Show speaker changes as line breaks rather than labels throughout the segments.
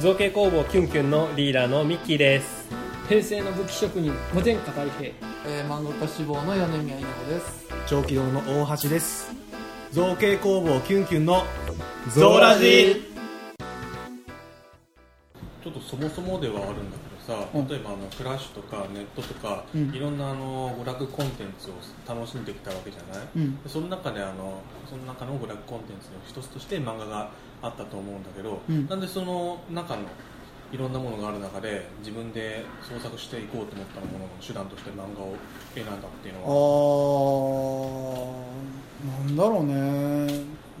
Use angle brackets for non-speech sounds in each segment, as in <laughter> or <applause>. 造形工房キュンキュンのリーダーのミッキーです
平成の武器職人御殿下大平
えー、漫画家志望の米宮稲穂です。
長期堂の大橋です造形工房キュンキュンの
ゾーラジ
ちょっとそもそもではあるんだけどさ、
うん
例えばあのフラッシュとかネットとか、
うん
いろんなあの娯楽コンテンツを楽しんできたわけじゃない、
うん
でその中であのその中の娯楽コンテンツの一つとして漫画があったと思うんだけど、
うん
なんでその中のいろんなものがある中で自分で創作していこうと思ったものの手段として漫画を選んだっていう
あー、
のは
なんだろうね。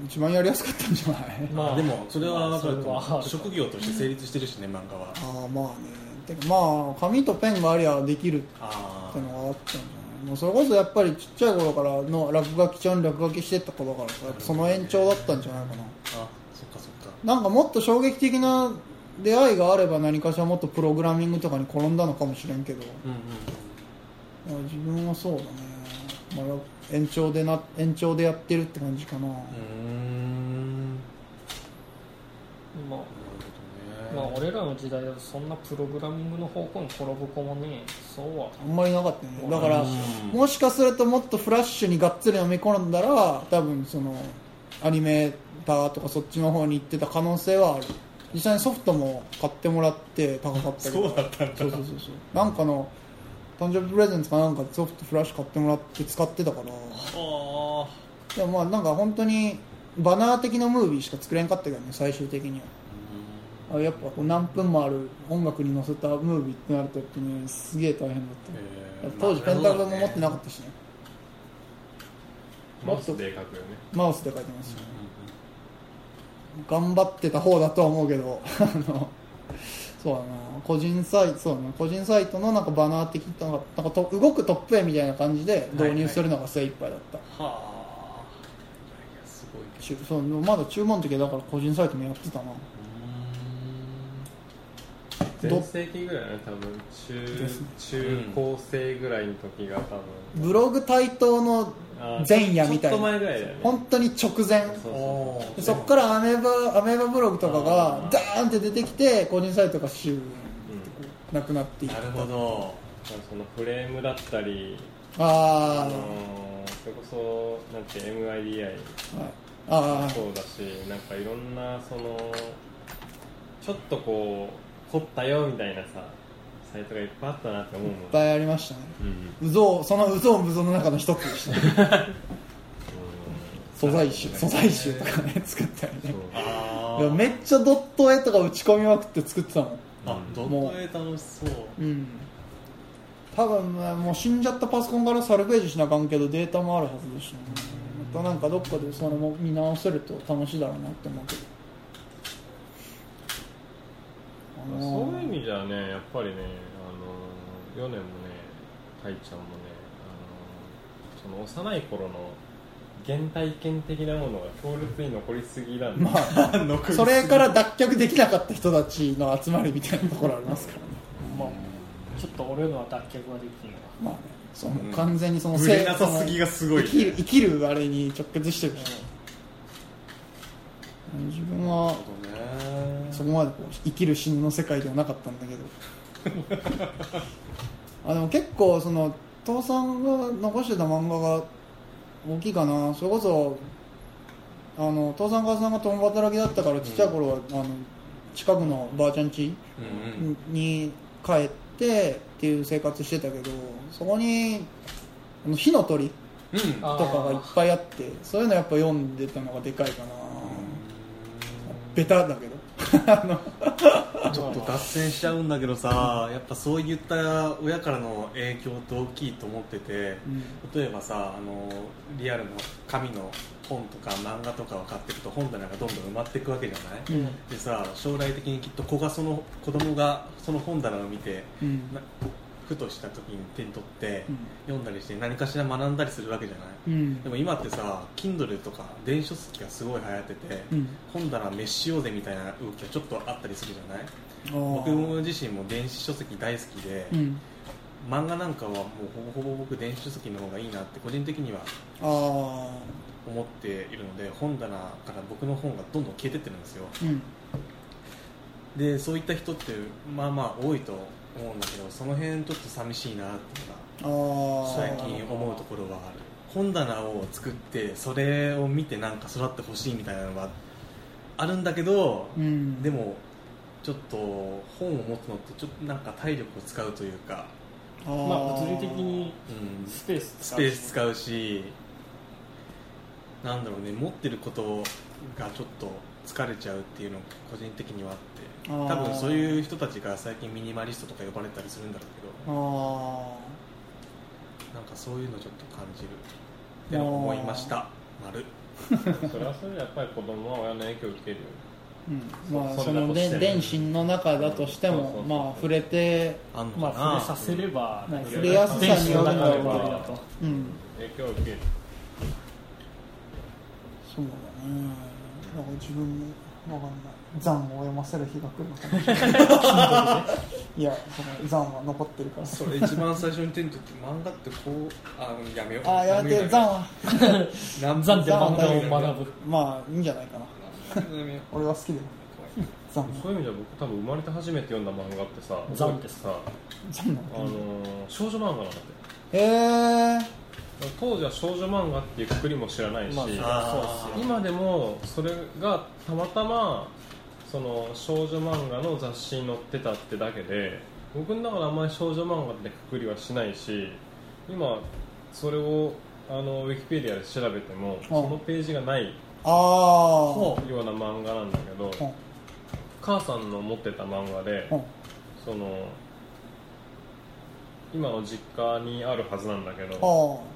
一番やりやすかったんじゃない <laughs>
まあ
でもそれは分かると思う
それは
職業として成立してるしね漫画は
ああ、まあね。てかまあ、紙とペンがありゃできるっ
あ
てのがあったんだね。もうそれこそやっぱりちっちゃい頃からの落書きちゃん落書きしてった子だからさ、やっぱその延長だったんじゃないかな。
ーあそっかそっか
なんかもっと衝撃的な出会いがあれば何かしらもっとプログラミングとかに転んだのかもしれんけど。
うんうん
まあ自分はそうだね、まあ、延長でな延長でやってるって感じかな、
うんうーん
まあ
なるほどね
まあ俺らの時代はそんなプログラミングの方向に転ぶ子もねそうは
あんまりなかったねだから、
うん
もしかするともっとフラッシュにがっつり飲み込んだら多分そのアニメーターとかそっちの方に行ってた可能性はある実際にソフトも買ってもらって高かったけどそうだったんだそうそうそうそうなんかの誕生日プレゼントかなんかソフトフラッシュ買ってもらって使ってたから
あ
でもまあなんか本当にバナー的なムービーしか作れんかったけどね最終的にはあやっぱこう何分もある音楽に乗せたムービーってなるとやっぱねすげえ大変だった、
えー
当時ペンタブロも持ってなか
ま
ったしね
マウスで書くよね
マウスで書いてました、頑張ってた方だとは思うけど <laughs> あのそうだな個人サイトそうだな個人サイトのなんかバナー的なのがなんかと動くトップ絵みたいな感じで導入するのが精一杯だった、
あはあいやすごいけ
ちゅそうまだ注文の時はだから個人サイトもやってたなど
全盛期ぐらいだね多分中中高生ぐらいの時が多分
ブログ対等の
あー
前夜みた
ちょっ
いな
と前ぐらいだよね
本当に直前
そうそう
ど
そう
おー
でそこからアメーバアメーバブログとか
あ
が
ー
ダーンって出てきて個人サイトがシューンってこうなくなっていっ
な
た
るほど
そのフレームだったりあのー
あ
それこそなんて MIDI
ー、はい、あー
そうだしなんかいろんなそのちょっとこう凝ったよみたいなさサイトがいっぱいあったなって思うもん
いっぱいありましたね
うんうん
うぞうそのうぞうむぞの中の一つでしたね <laughs> 素材集素材集とかね作ったりね
あ
いやめっちゃドット絵とか打ち込みまくって作ってたもん
あど
も
こへ楽しそう
うん多分ねもう死んじゃったパソコンからサルベージしなあかんけどデータもあるはずだしねまたなんかどっかでそれも見直せると楽しいだろうなって思うけどあの
そういう意味じゃねやっぱりねあの米もねたいちゃんもねあのその幼い頃の原体験的なものが強烈に残りすぎなんで、
まあそれから脱却できなかった人たちの集まりみたいなところありますからね
まあちょっと俺のは脱却はできんわ
まあねその完全にその
売れなさすぎがすごいね
生きる生きるあれに直結してるし、自分はそ
ね
こまでこう生きる死ぬの世界ではなかったんだけど <laughs> あでも結構その父さんが残してた漫画が大きいかなそれこそあの父さん母さんが共働きだったからちっちゃい頃は、あの近くのばあちゃん家
うんうん
に帰ってっていう生活してたけどそこにあの火の鳥
うん
とかがいっぱいあってそういうのやっぱ読んでたのがでかいかなベタだけど
ちょっと脱線しちゃうんだけどさやっぱそういった親からの影響って大きいと思ってて例えばさあのリアルの紙の本とか漫画とかを買っていくと本棚がどんどん埋まっていくわけじゃない、
うん
でさ将来的にきっと子がその子供がその本棚を見て
うん
なふとした時に手に取って、
うん
読んだりして何かしら学んだりするわけじゃない、
うん
でも今ってさ Kindle とか電子書籍がすごい流行ってて、
うん
本棚滅しようぜみたいな動きがちょっとあったりするじゃない
あー
僕自身も電子書籍大好きで、
うん
漫画なんかはもうほぼほぼ僕電子書籍の方がいいなって個人的には
あ
思っているので本棚から僕の本がどんどん消えてってるんですよ
ーうん
でそういった人ってまあまあ多いと思うんだけどその辺ちょっと寂しいなっていうのが
ああ
最近思うところはある本棚を作ってそれを見てなんか育ってほしいみたいなのがあるんだけど、
うん
でもちょっと本を持つのってちょっとなんか体力を使うというか、
あー
まあ物理的に
うん、
スペース
ス
使う
ペース使うしなんだろうね持ってることがちょっと疲れちゃうっていうのが個人的にはあって
あー
多分そういう人たちが最近ミニマリストとか呼ばれたりするんだろう
あ
けどなんかそういうのちょっと感じるってのを思いました丸
それはそれでやっぱり子供は親の影響を受けるよ
ー、うん、まあ
そ
そ
んな
の
ことして
で
る
電信の中だとして
そうそう
も
そう
まあ触れて
あんのか
ま
な、
あ触れさせれば
まあ触れやすさによる
電子の
んだろうけど
中のと
うん
影響を受ける
そうだねなんか自分もわかんない残を読ませる日が来るのかないやその残は残ってるから
それ一番最初に手に取って漫画ってこうあやめよう
ああやめて残は
何
残で
残
漫画を学ぶ
まあいいんじゃないかな俺は好きだよ残
そういう意味では僕多分生まれて初めて読んだ漫画ってさ
ザンです
さ
残な
あ
の
のー少女漫画なんだって
へえ
当時は少女漫画っていうくくりも知らないし、
まあそうっすよ
今でもそれがたまたまその少女漫画の雑誌に載ってたってだけで僕の中であんまり少女漫画ってくくりはしないし今それをあのウィキペディアで調べてもそのページがないよ
ああ
うな漫画なんだけど
うん
母さんの持ってた漫画で
うん
その今の実家にあるはずなんだけ
あ
ど
あ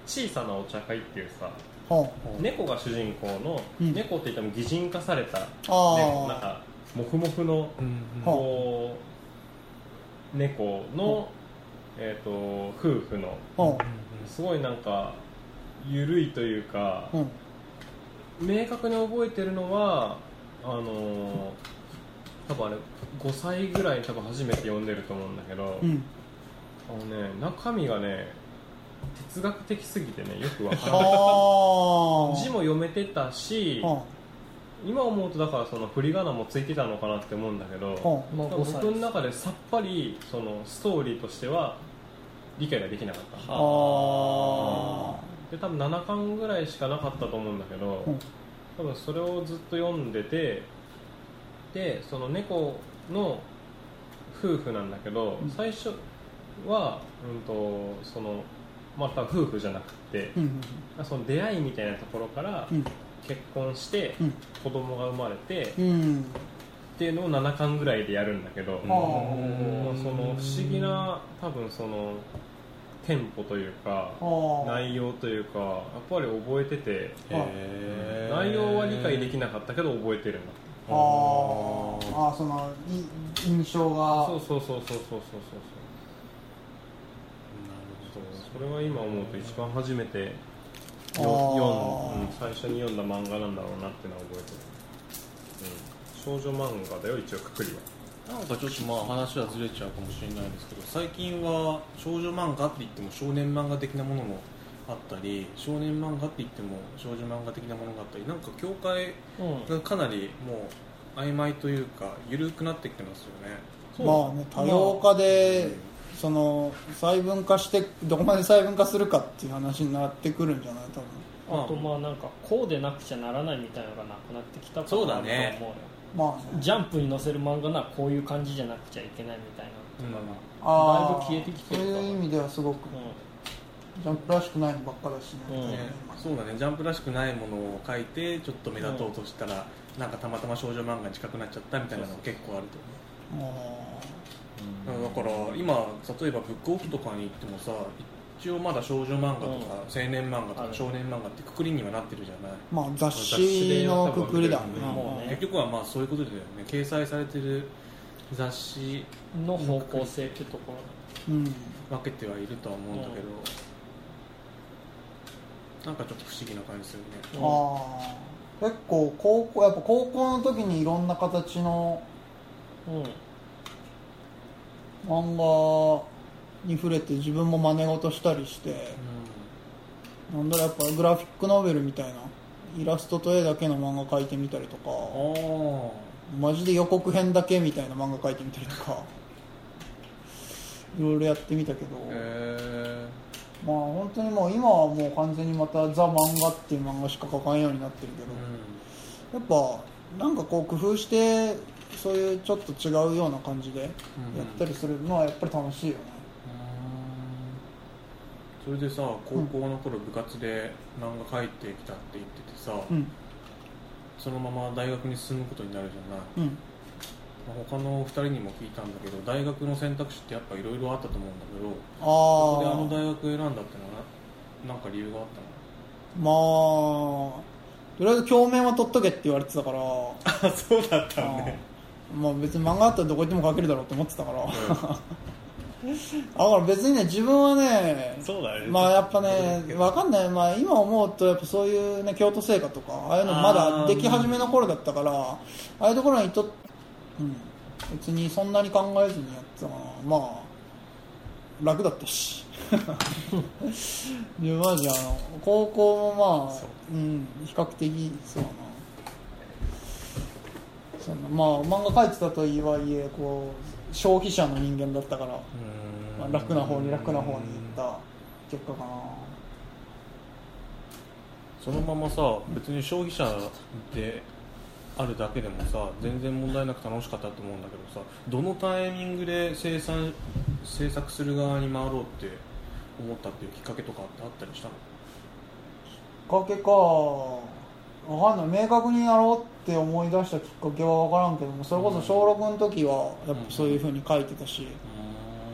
小さなお茶会っていうさ
あ
猫が主人公の、
うん
猫って言っても擬人化された猫なん
あ
かモフモフの
はあ
こう猫の、えー、と夫婦の
あうん
すごいなんか緩いというか、
うん
明確に覚えてるのはあのー多分あれ5歳ぐらいに多分初めて読んでると思うんだけど、 <laughs>
うん
あのね、中身がね哲学的すぎてねよくわかん
あ
ない
あ
字も読めてたし、
うん
今思うとだからその振り仮名もついてたのかなって思うんだけど、
うん
まあ
僕
5歳
の中でさっぱりそのストーリーとしては理解ができなかった
ああ
で多分7巻ぐらいしかなかったと思うんだけど、
うん
多分それをずっと読んでてでその猫の夫婦なんだけど、
うん
最初は、うんとそのまた夫婦じゃなくて、
うん
その出会いみたいなところから
うん
結婚して、
うん
子供が生まれて、
うん
っていうのを7巻ぐらいでやるんだけど、
うん
まあ、
あ
その不思議な多分そのテンポというか
ああ
内容というかやっぱり覚えてて
へー
内容は理解できなかったけど覚えてるんだ
あーあーそのい印象が
そうそうそうそうそうそうそうそうそれは今思うと一番初めてよ
あー
読ん、うん最初に読んだ漫画なんだろうなっていうのは覚えてる、うん、少女漫画だよ一応くくりは
なんかちょっとまあ話はずれちゃうかもしれないですけど最近は少女漫画って言っても少年漫画的なものもあったり少年漫画って言っても少女漫画的なものがあったりなんか境界
うん
がかなりもう曖昧というか緩くなってきてますよね
まあね多様化で、その細分化してどこまで細分化するかっていう話になってくるんじゃない多分
ま
あとまあなんかこうでなくちゃならないみたいなのがなくなってきたかなと
そう
思
だ
うよ
ね
まあね
ジャンプに載せる漫画ならこういう感じじゃなくちゃいけないみたい
うん
あー
だいぶ消えてきてる
そう
かも
いう意味ではすごく
な、うん
ジャンプらしくないのばっかだしね、
うん
ねそうだねジャンプらしくないものを書いてちょっと目立とうとしたら、なんかたまたま少女漫画に近くなっちゃったみたいなのが結構あると思う
あ
だから今例えばブックオフとかに行ってもさ一応まだ少女漫画とか、
うん
青年漫画と
あ
か
る
少年漫画ってくくりにはなってるじゃない、
ーまあ雑誌のくくりだ
うん
も
もうね
結局はまあそういうことだよね掲載されてる雑誌
の方向性ってところ
ううん
分けてはいるとは思うんだけど、なんかちょっと不思議な感じするね
うん
ああ結構高校やっぱ高校の時にいろんな形の
うん
漫画に触れて自分も真似事したりしてなんだろうやっぱグラフィックノベルみたいなイラストと絵だけの漫画描いてみたりとか
ああ
マジで予告編だけみたいな漫画描いてみたりと
<laughs>
かいろいろやってみたけど、
え
まあ本当にもう今はもう完全にまた「ザ・漫画」っていう漫画しか描かんようになってるけど、やっぱなんかこう工夫してそういうちょっと違うような感じでやったりするのはやっぱり楽しいよね、
それでさ高校の頃部活で漫画描いてきたって言っててさ、
うん
そのまま大学に進むことになるじゃない
うん
まあ他の2人にも聞いたんだけど大学の選択肢ってやっぱいろいろあったと思うんだけど
あ
そこであの
あ
大学選んだってのはななんか理由が
<laughs>
あった
まあとりあえず鏡面は取っとけって言われてたから
の <laughs> そうだった
うんまあ別に漫画だったらどこ行っても描けるだろうと思ってたから、だから別にね自分はね
そうだね
まあやっぱねわかんない、まあ、今思うとやっぱそういう、ね、京都聖火とかああいうのまだでき始めの頃だったからああいうところにとっ、うん、別にそんなに考えずにやってたかなまあ楽だったしでマジあの高校もまあう、ん、比較的そうだなそのまあ漫画描いてたといわいえこう消費者の人間だったから、まあ、楽な方に楽な方に行った結果かな
そのままさ別に消費者であるだけでもさ全然問題なく楽しかったと思うんだけどさどのタイミングで生産制作する側に回ろうって思ったっていうきっかけとかってあったりしたの
きっかけかわかんない明確にやろうって思い出したきっかけは分からんけどもそれこそ小6の時はやっぱそういうふうに書いてたし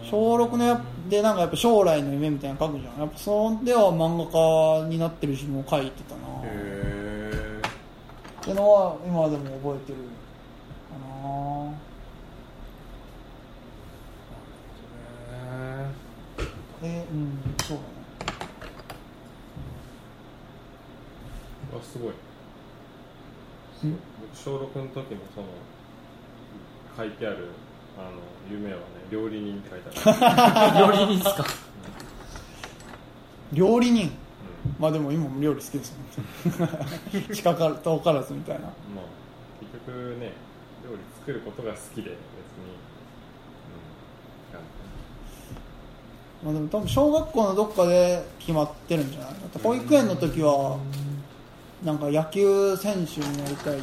小6のやでなんかやっぱ将来の夢みたいなの書くじゃんやっぱそんでは漫画家になってる自分を書いてたな
へえ
ってのは今でも覚えてるかなえうんそうだね
あすごい僕小6の時のその書いてあるあの夢はね料理人って書いてある、 <laughs>
料理人です <laughs> か
料理人
う
まあでも今も料理好きですもん <laughs> 近から遠からずみたいなん
まあ結局ね料理作ることが好きで別に、
まあでも多分小学校のどっかで決まってるんじゃないだって保育園の時はなんか野球選手になりたい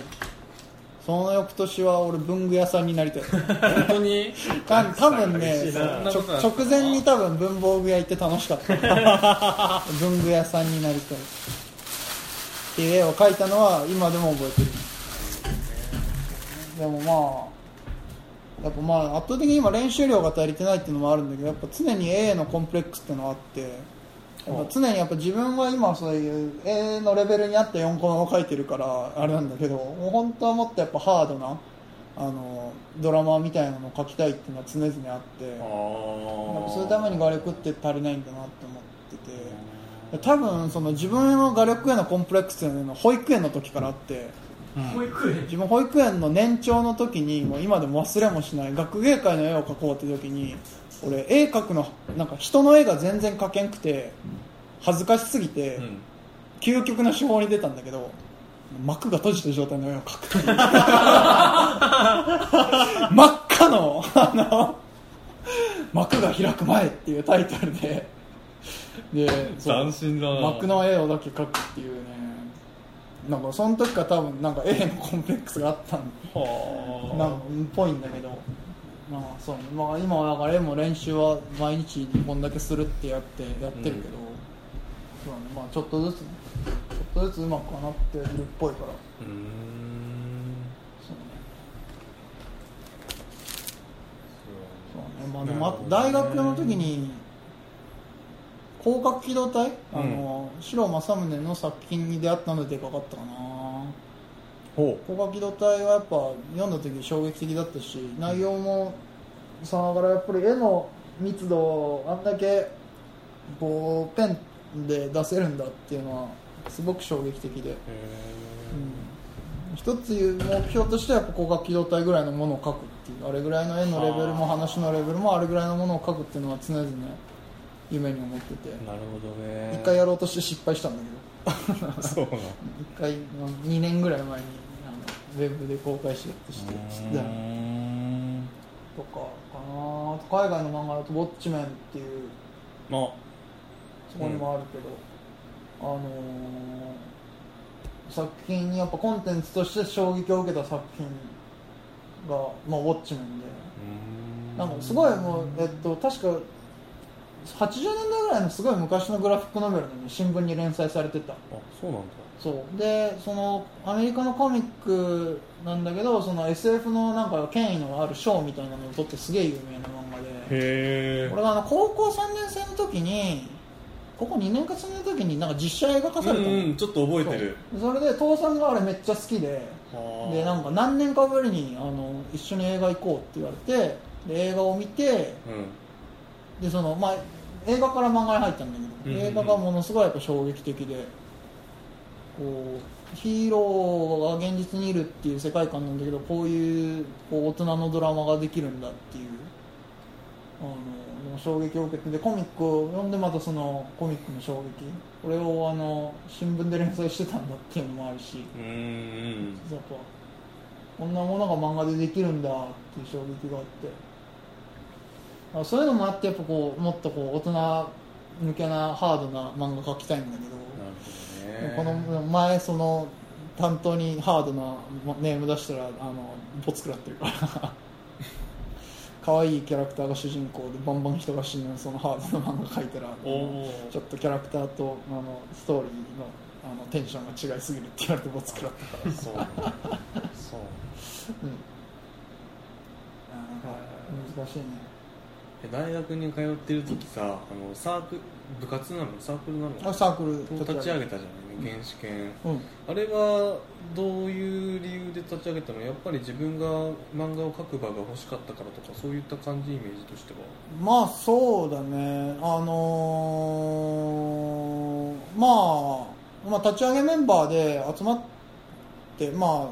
その翌年は俺文具屋さんにな
<laughs>
りたい
本当
<laughs>
に
多分多分ね
嬉しいな
ちょ直前に多分文房具屋行って楽しかった
<laughs>
文具屋さんになりたいっていう絵を描いたのは今でも覚えてるでもまあやっぱまあ圧倒的に今練習量が足りてないっていうのもあるんだけどやっぱ常に A のコンプレックスっていうのがあってやっぱ常にやっぱ自分は今そういう A のレベルに合った4コマを書いてるからあれなんだけどもう本当はもっとやっぱハードなあのドラマみたいなのを書きたいっていうのは常々あって
あ
やっぱ
あ
そういうために画力って足りないんだなって思ってて多分その自分の画力へのコンプレックスっていうのは保育園の時からあって。
保育園
自分保育園の年長の時にもう今でも忘れもしない学芸会の絵を描こうって時に俺絵描くのなんか人の絵が全然描けんくて恥ずかしすぎて、
うん
究極の手法に出たんだけど幕が閉じた状態の絵を
<laughs>
描くっていう真っ赤のあの幕が開く前っていうタイトルででそう
斬新だな
幕の絵をだけ描くっていうねなんかその時から多分なんか絵のコンプレックスがあったん
は
なんかっぽいんだけどまあそう、まあ、今はだから絵も練習は毎日こんだけするってやってやってるけど、そうだねまあちょっとずつねちょっとずつうまくはなってるっぽいから
うーん
そうね
う
そうねまあでも
な
あ
るほ
大
どね
学の時に広角機動隊、あの白正宗の作品に出会ったのででかかったかな
ほう
広角機動隊はやっぱ読んだ時衝撃的だったし内容もさながらやっぱり絵の密度をあんだけこうペンで出せるんだっていうのはすごく衝撃的で、うん、一ついう目標としてはやっぱ広角機動隊ぐらいのものを描くっていうあれぐらいの絵のレベルも話のレベルもあれぐらいのものを描くっていうのは常々夢に思ってて
なるほどね
一回やろう <laughs> として失敗したんだけど
そう
一
な
回2年ぐらい前にあのウェブで公開しようとしてしてた
うー
の
ん
とかかなあと海外の漫画だと「ウォッチメン」っていう
あ
そこにもあるけど、あのー作品にやっぱコンテンツとして衝撃を受けた作品が、まあ、ウォッチメンで、なんかすごいもう、えっと、確か80年代ぐらいのすごい昔のグラフィックノベルに新聞に連載されてた
あそうなんだ
そうでそのアメリカのコミックなんだけどその SF のなんか権威のある賞みたいなのを取ってすげえ有名な漫画で
へ
俺があの高校3年生の時に高校2年か3年の時になんか実写映画化されたの、
うんうんちょっと覚えてる
そうそれで父さんがあれめっちゃ好きででなんか何年かぶりにあの一緒に映画行こうって言われてで映画を見て
う
でその、まあ、映画から漫画に入ったんだけど、
うんうんうん
映画がものすごいやっぱ衝撃的でこうヒーローが現実にいるっていう世界観なんだけどこういうこう大人のドラマができるんだっていうあの衝撃を受けてでコミックを読んでまたそのコミックの衝撃これをあの新聞で連載してたんだっていうのもあるし
んうん
やっぱこんなものが漫画でできるんだっていう衝撃があってあそういうのもあってやっぱこうもっとこう大人向けなハードな漫画描きたいんだけ
なる
ど、
ほ
こ
ど
の
ね
前その担当にハードなネーム出したらあのボツ食らってるから <laughs> 可愛いキャラクターが主人公でバンバン人が死ぬそのハードな漫画描いたらちょっとキャラクターとあのストーリーのあのテンションが違いすぎるって言われてボツ食らって
そうなんだそう
うん、難しいね
え大学に通ってる時さあのサーク部活なのサークルなの
あサークル
立ち上げたじゃない原始圏あれはどういう理由で立ち上げたのやっぱり自分が漫画を描く場が欲しかったからとかそういった感じイメージとしては
うん、まあそうだねあのーまあ、まあ立ち上げメンバーで集まってま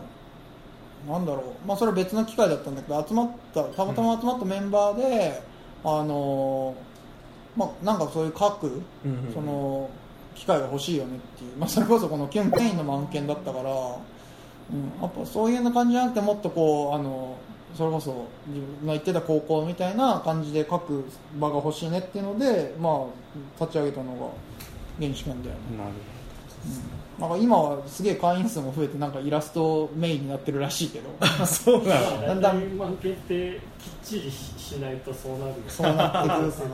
あなんだろうまあそれは別の機会だったんだけど集まったたまたま集まったメンバーで、あのーまあなんかそういう書くその機会が欲しいよねっていう、まあ、それこそこのキュンペインのも案件だったから、うん、やっぱそういう感じじゃなくてもっとこうあのそれこそ自分の行ってた高校みたいな感じで書く場が欲しいねっていうので、まあ、立ち上げたのが原始圏だよね、
なる
うん、なんか今はすげえ会員数も増えてなんかイラストメインになってるらしいけど
そうなの
だ
だ
ん
ん
だ
だ
ん
ん漫画ってきっちりしないとそうなるよ
<laughs> そうなってくるかな
構成としては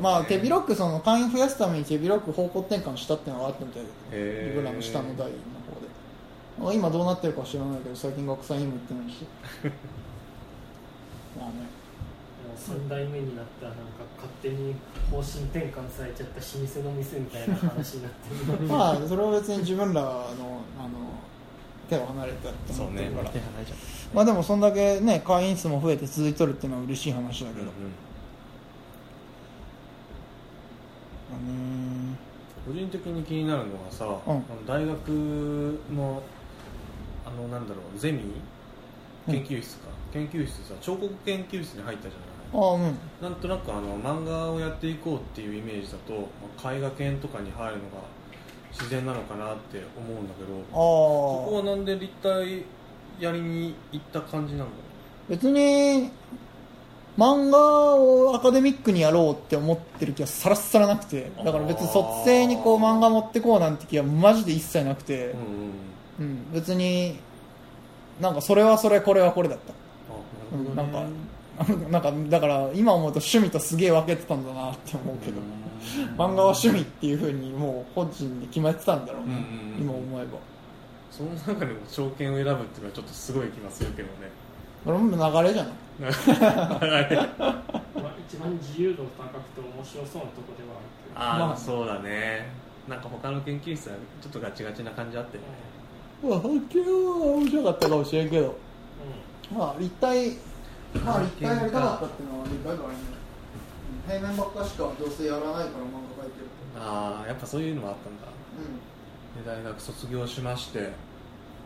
まあ手広くその会員増やすために手広く方向転換したっていうのがあったみたいだけど
へー
僕らの下の代の方で今どうなってるか知らないけど最近学祭にも行ってないしまあね
もう3代目になったらなんか勝手に方針転換されちゃった老舗の店みたいな話になってる
まあそれは別に自分らのあの手を離れたって
そ
思
う
っ
ね
てるから、
手離れちゃっ
まあでもそんだけね会員数も増えて続いとるっていうのは嬉しい話だけど、うん
個人的に気になるのはさ、あの大学のあのなんだろうゼミ
うん
研究室か、研究室さ彫刻研究室に入ったじゃ
ああうん
ないなんとなくあの漫画をやっていこうっていうイメージだと、まあ、絵画研とかに入るのが自然なのかなって思うんだけど
ああ
そこはなんで立体やりに行った感じなの
別に漫画をアカデミックにやろうって思ってる気はさらっさらなくてだから別に卒生にこう漫画持ってこうなんて気はマジで一切なくて
うん、うん
うん、別になんかそれはそれこれはこれだった
あなるほどね、
なんかなんか <laughs> だから今思うと趣味とすげえ分けてたんだなって思うけど漫画は趣味っていうふうにもう個人で決まってたんだろうね、
うんうんうん
今思えば
その中でも証券を選ぶっていうのはちょっとすごい気がするけど
<laughs>
ね
これも流れじゃない
まあ一番自由度高くて面白そうなとこではある
あー、
まあ
そうだねなんか他の研究室はちょっとガチガチな感じあって
けど、ね
まあ発見は面白かったかもしれんけど
うん
まあ立体まあ立体やりたかったっていうのは立体からね平面ばっかしかどうせやらないから漫画描いてる
ああやっぱそういうのもあったんだで大学卒業しまして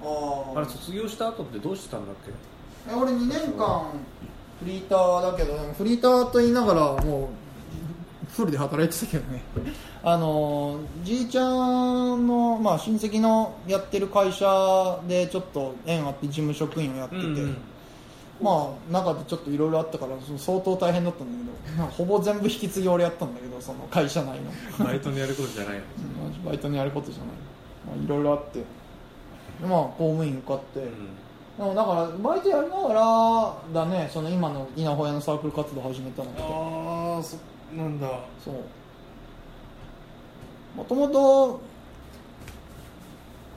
とうん
あ
あ
れ卒業した後ってどうしてたんだっけ
あ俺2年間フリーターだけどでもフリーターと言いながらもうフルで働いてたけどねあのじいちゃんの、まあ、親戚のやってる会社でちょっと縁あって事務職員をやってて、まあ中でちょっといろいろあったからその相当大変だったんだけどなんかほぼ全部引き継ぎ俺やったんだけどその会社内の
バイトのやることじゃないの
うんバイトにやることじゃない、まあ、いろいろあってでまあ公務員受かって、でもだからバイトやりながらだねその今の稲穂屋のサークル活動始めたのって
ああそなんだ
そうもともと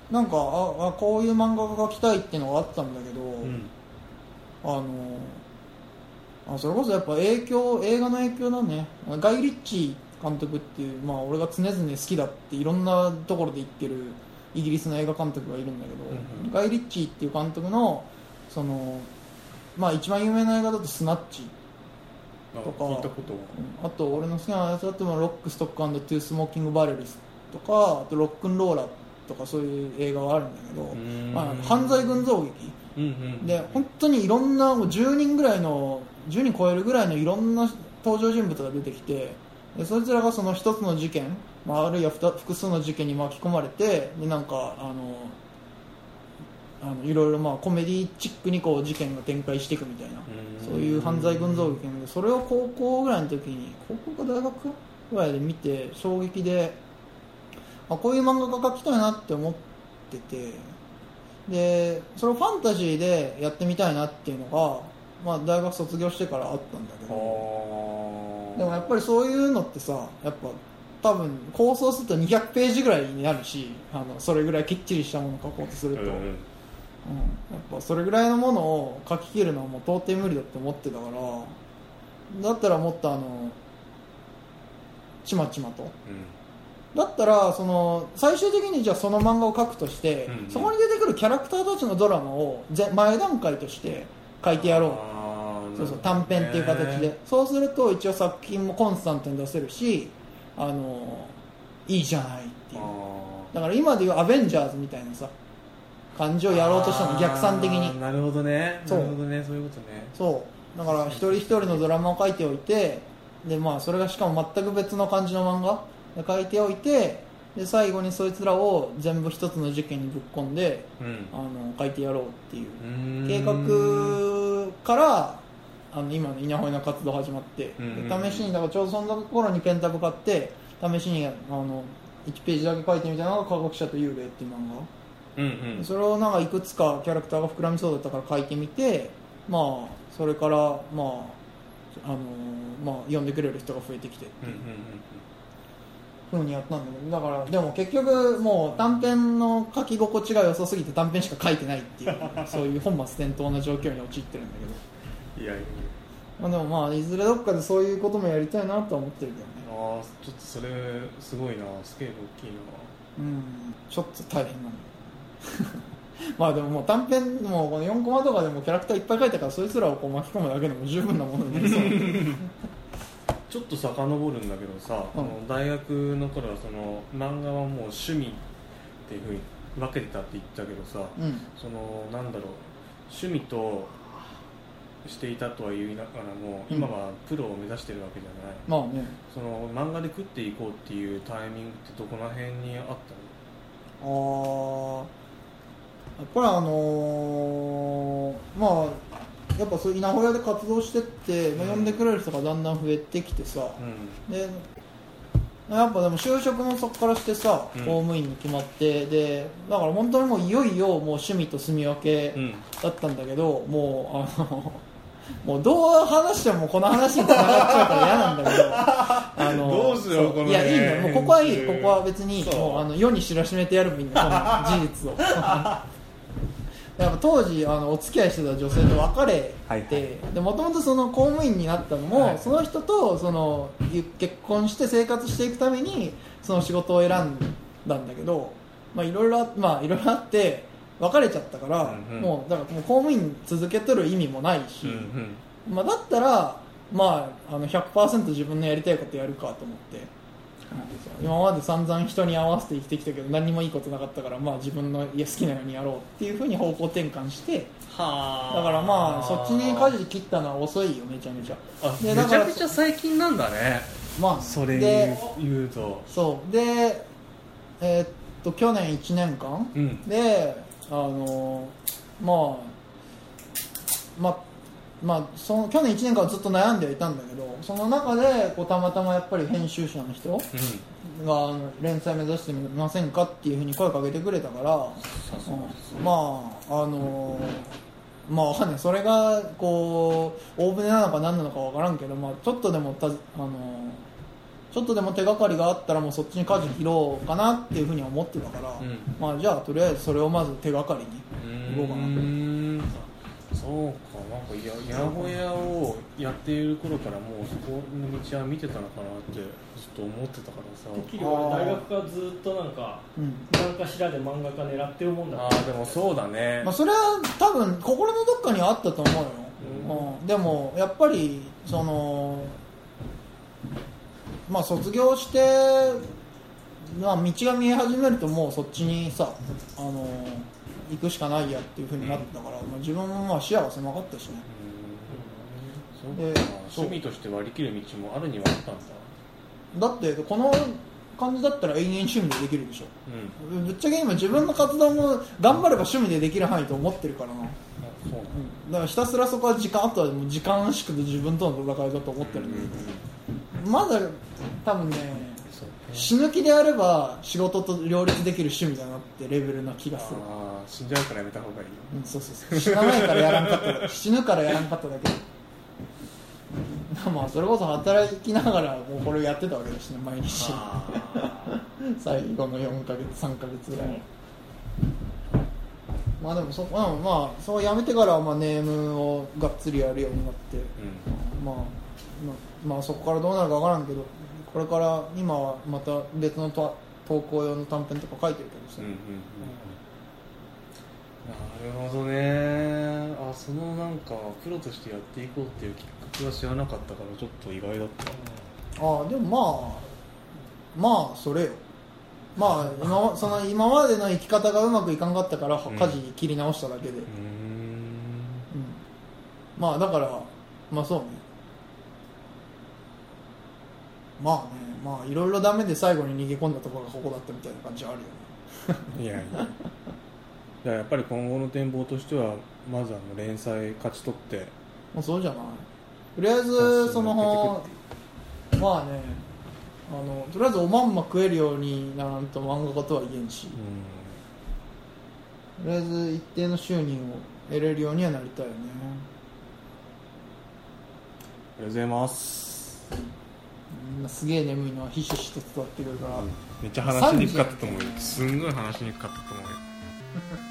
なんかああこういう漫画が描きたいっていうのがあったんだけど、
うん
あのあそれこそやっぱ影響映画の影響だねガイ・リッチー監督っていう、まあ、俺が常々好きだっていろんなところで言ってるイギリスの映画監督がいるんだけど、
うんうん
ガイ・リッチーっていう監督のその、まあ、一番有名な映画だと「スナッチ」
あ
とか
聞いたことは
あと俺の好きなやつだと「ロックストックトゥースモーキングバレルス」とかあと「ロックンローラー」とかそういう映画があるんだけど、
ん
まあ、犯罪群像劇
うんうん
で本当にいろんなもう10人ぐらいの10人超えるぐらいのいろんな登場人物が出てきてでそいつらがその一つの事件、まあ、あるいはふた複数の事件に巻き込まれてでなんかあのあのいろいろまあコメディチックにこう事件が展開していくみたいなそういう犯罪群像劇なんでそれを高校ぐらいの時に高校か大学ぐらいで見て衝撃であこういう漫画が描きたいなって思っててでそれをファンタジーでやってみたいなっていうのが、まあ、大学卒業してからあったんだけ
あ
ど
ー
でもやっぱりそういうのってさやっぱ多分構想すると200ページぐらいになるしあのそれぐらいきっちりしたものを書こうとすると。
うんうん
うん、やっぱそれぐらいのものを書き切るのはもう到底無理だって思ってたからだったらもっとあのちまちまとだったらその最終的にじゃあその漫画を書くとして、
うんうん
そこに出てくるキャラクターたちのドラマをぜ前段階として書いてやろう
あー
そうそう短編っていう形で、
ね
そうすると一応作品もコンスタントに出せるしあのいいじゃないっていう
あ
だから今でいうアベンジャーズみたいなさ感じを
ー
やろうとしたの逆算的
あー
に
なるほどね
そう
なるほどねそういうことね
そうだから一人一人のドラマを書いておいてでまあそれがしかも全く別の感じの漫画で書いておいてで最後にそいつらを全部一つの事件にぶっ込んで
うん
あの書いてやろうっていう
うーん
計画からあの今の稲穂の活動始まってで
うんうんうん
試しにだからちょうどその頃にペンタブ買って試しにあの1ページだけ書いてみたのが「科学者と幽霊」っていう漫画
うんうん
それをなんかいくつかキャラクターが膨らみそうだったから書いてみてまあそれからまああのーまあ読んでくれる人が増えてきて
うんうん
ふうにやったんだけどだからでも結局もう短編の書き心地が良さすぎて短編しか書いてないっていうそういう本末転倒な状況に陥ってるんだけど、
うんいやいや
まあ、でもまあいずれどっかでそういうこともやりたいなとは思ってるけどね
あーちょっとそれすごいなスケール大きいな
うんちょっと大変なんだ <laughs> けどまあでももう短編もうこの4コマとかでもキャラクターいっぱい書いたからそいつらをこう巻き込むだけでも十分なものになりそう
ちょっと遡るんだけどさ、
うん
あの大学の頃はその漫画はもう趣味っていうふうに分けてたって言ったけどさ、
うん
そのなんだろう趣味としていたとは言いながらも
うん
今はプロを目指してるわけじゃない、
まあね
その漫画で食っていこうっていうタイミングってどこら辺にあった
あ
の
ーやっぱりあのーまあやっぱそういう稲穂屋で活動してって、まあ、
うん
呼んでくれる人がだんだん増えてきてさ、
う
でやっぱでも就職もそこからしてさ
う
公
ん
務員に決まって、でだから本当にもういよいよもう趣味と住み分け、
ん、うん、
だったんだけどもうあの <laughs> もうどう話してもこの話につながっちゃうから嫌なんだけど
<laughs>
あの
どうしよう
そ
この
いやいいのよもうここはいい
編
こ
集
こは別に
そう
もうあの世に知らしめてやるみんな
<laughs>
この事実を <laughs> やっぱ当時あのお付き合いしてた女性と別れ
はいは
てでもともとその公務員になったのも、
はい
その人とそのゆ結婚して生活していくためにその仕事を選んだんだけどまあいろいろあまあいろいろあって別れちゃったから、
うんうん
もうだからもう公務員続けとる意味もないし、
うんうん
まあ、だったら、まあ、あの100%自分のやりたいことやるかと思って、今まで散々人に合わせて生きてきたけど何にもいいことなかったから、まあ、自分のいや好きなようにやろうっていうふうに方向転換して
は
だからまあそっちに舵切ったのは遅いよめちゃめちゃ
あ
で
め
だ
ち
から
ゃくちゃ最近なんだね
まあ
それ
で
言うと
そうでえーっと去年1年間
うん
であのまあままあその去年1年間はずっと悩んではいたんだけどその中でこうたまたまやっぱり編集者の人があの連載目指してみませんかっていうふうに声かけてくれたからうんまああのまあわかんないそれがこう大船なのか何なのかわからんけど、まあ、ちょっとでもたあのちょっとでも手がかりがあったらもうそっちに舵切ろうかなっていうふうには思ってたから、
うん
まあ、じゃあとりあえずそれをまず手がかりに
うん
動こうかなと
うんそうかなんかややほやをやっている頃からもうそこの道は見てたのかなってずっと思ってたからさ
てっきり俺大学からずっとなんか
うん
何かしらで漫画家狙ってるもんだ
あ
か
あでもそうだね
まあ、それは多分心のどっかにはあったと思うよ、うんでもやっぱりそのまあ卒業して、まあ、道が見え始めるともうそっちにさあの行くしかないやっていうふうになってたから、まあ、自分もまあ視野が狭かったしね
うん
で
そうか
そう
趣味として割り切る道もあるにはあったんだ
だってこの感じだったら永遠趣味でできるでしょ
うん
ぶっちゃけ今自分の活動も頑張れば趣味でできる範囲と思ってるからな、
あそうなん
だ
だ
からひたすらそこは時間あとはもう時間しくて自分との戦いだと思ってるんで、まだ多分ね死ぬ気でやれば仕事と両立できる趣味だなってレベルな気がする、
ああ死んじゃうからやめた方がいいよ
うん、そうそうそう死なないからやらんかっただけ死ぬからやらんかっただけまあそれこそ働きながらもうこれをやってたわけだしね毎
<laughs>
日最後の4ヶ月3ヶ月ぐらい、まあでもそ,、うんまあ、そうやめてからはまあネームをがっつりやるようになって、
うん
まあ、まあまあそこからどうなるか分からんけどこれから今はまた別のと投稿用の短編とか書いてるけどさ、
うんうんうんなるほどねあそのなんかプロとしてやっていこうっていうきっかけは知らなかったからちょっと意外だった
ああでもまあまあそれよまあ今はその今までの生き方がうまくいかんかったから
ん
家事切り直しただけで、うん
ん
まあだからまあそうねまあねまあいろいろダメで最後に逃げ込んだところがここだったみたいな感じはあるよね
いやいやだからやっぱり今後の展望としてはまずあの連載勝ち取って
まあ、そうじゃないとりあえ
そう
ず
そう
そのまあねあのとりあえずおまんま食えるようにならんと漫画家とは言えんしと
う
りあえず一定の収入を得れるようにはなりたいよね
んありがとうございます
みんなすげえ眠いのはひしひしと伝わってくるから、
めっちゃ話しにくかったと思うよすんごい話しにくかったと思うよ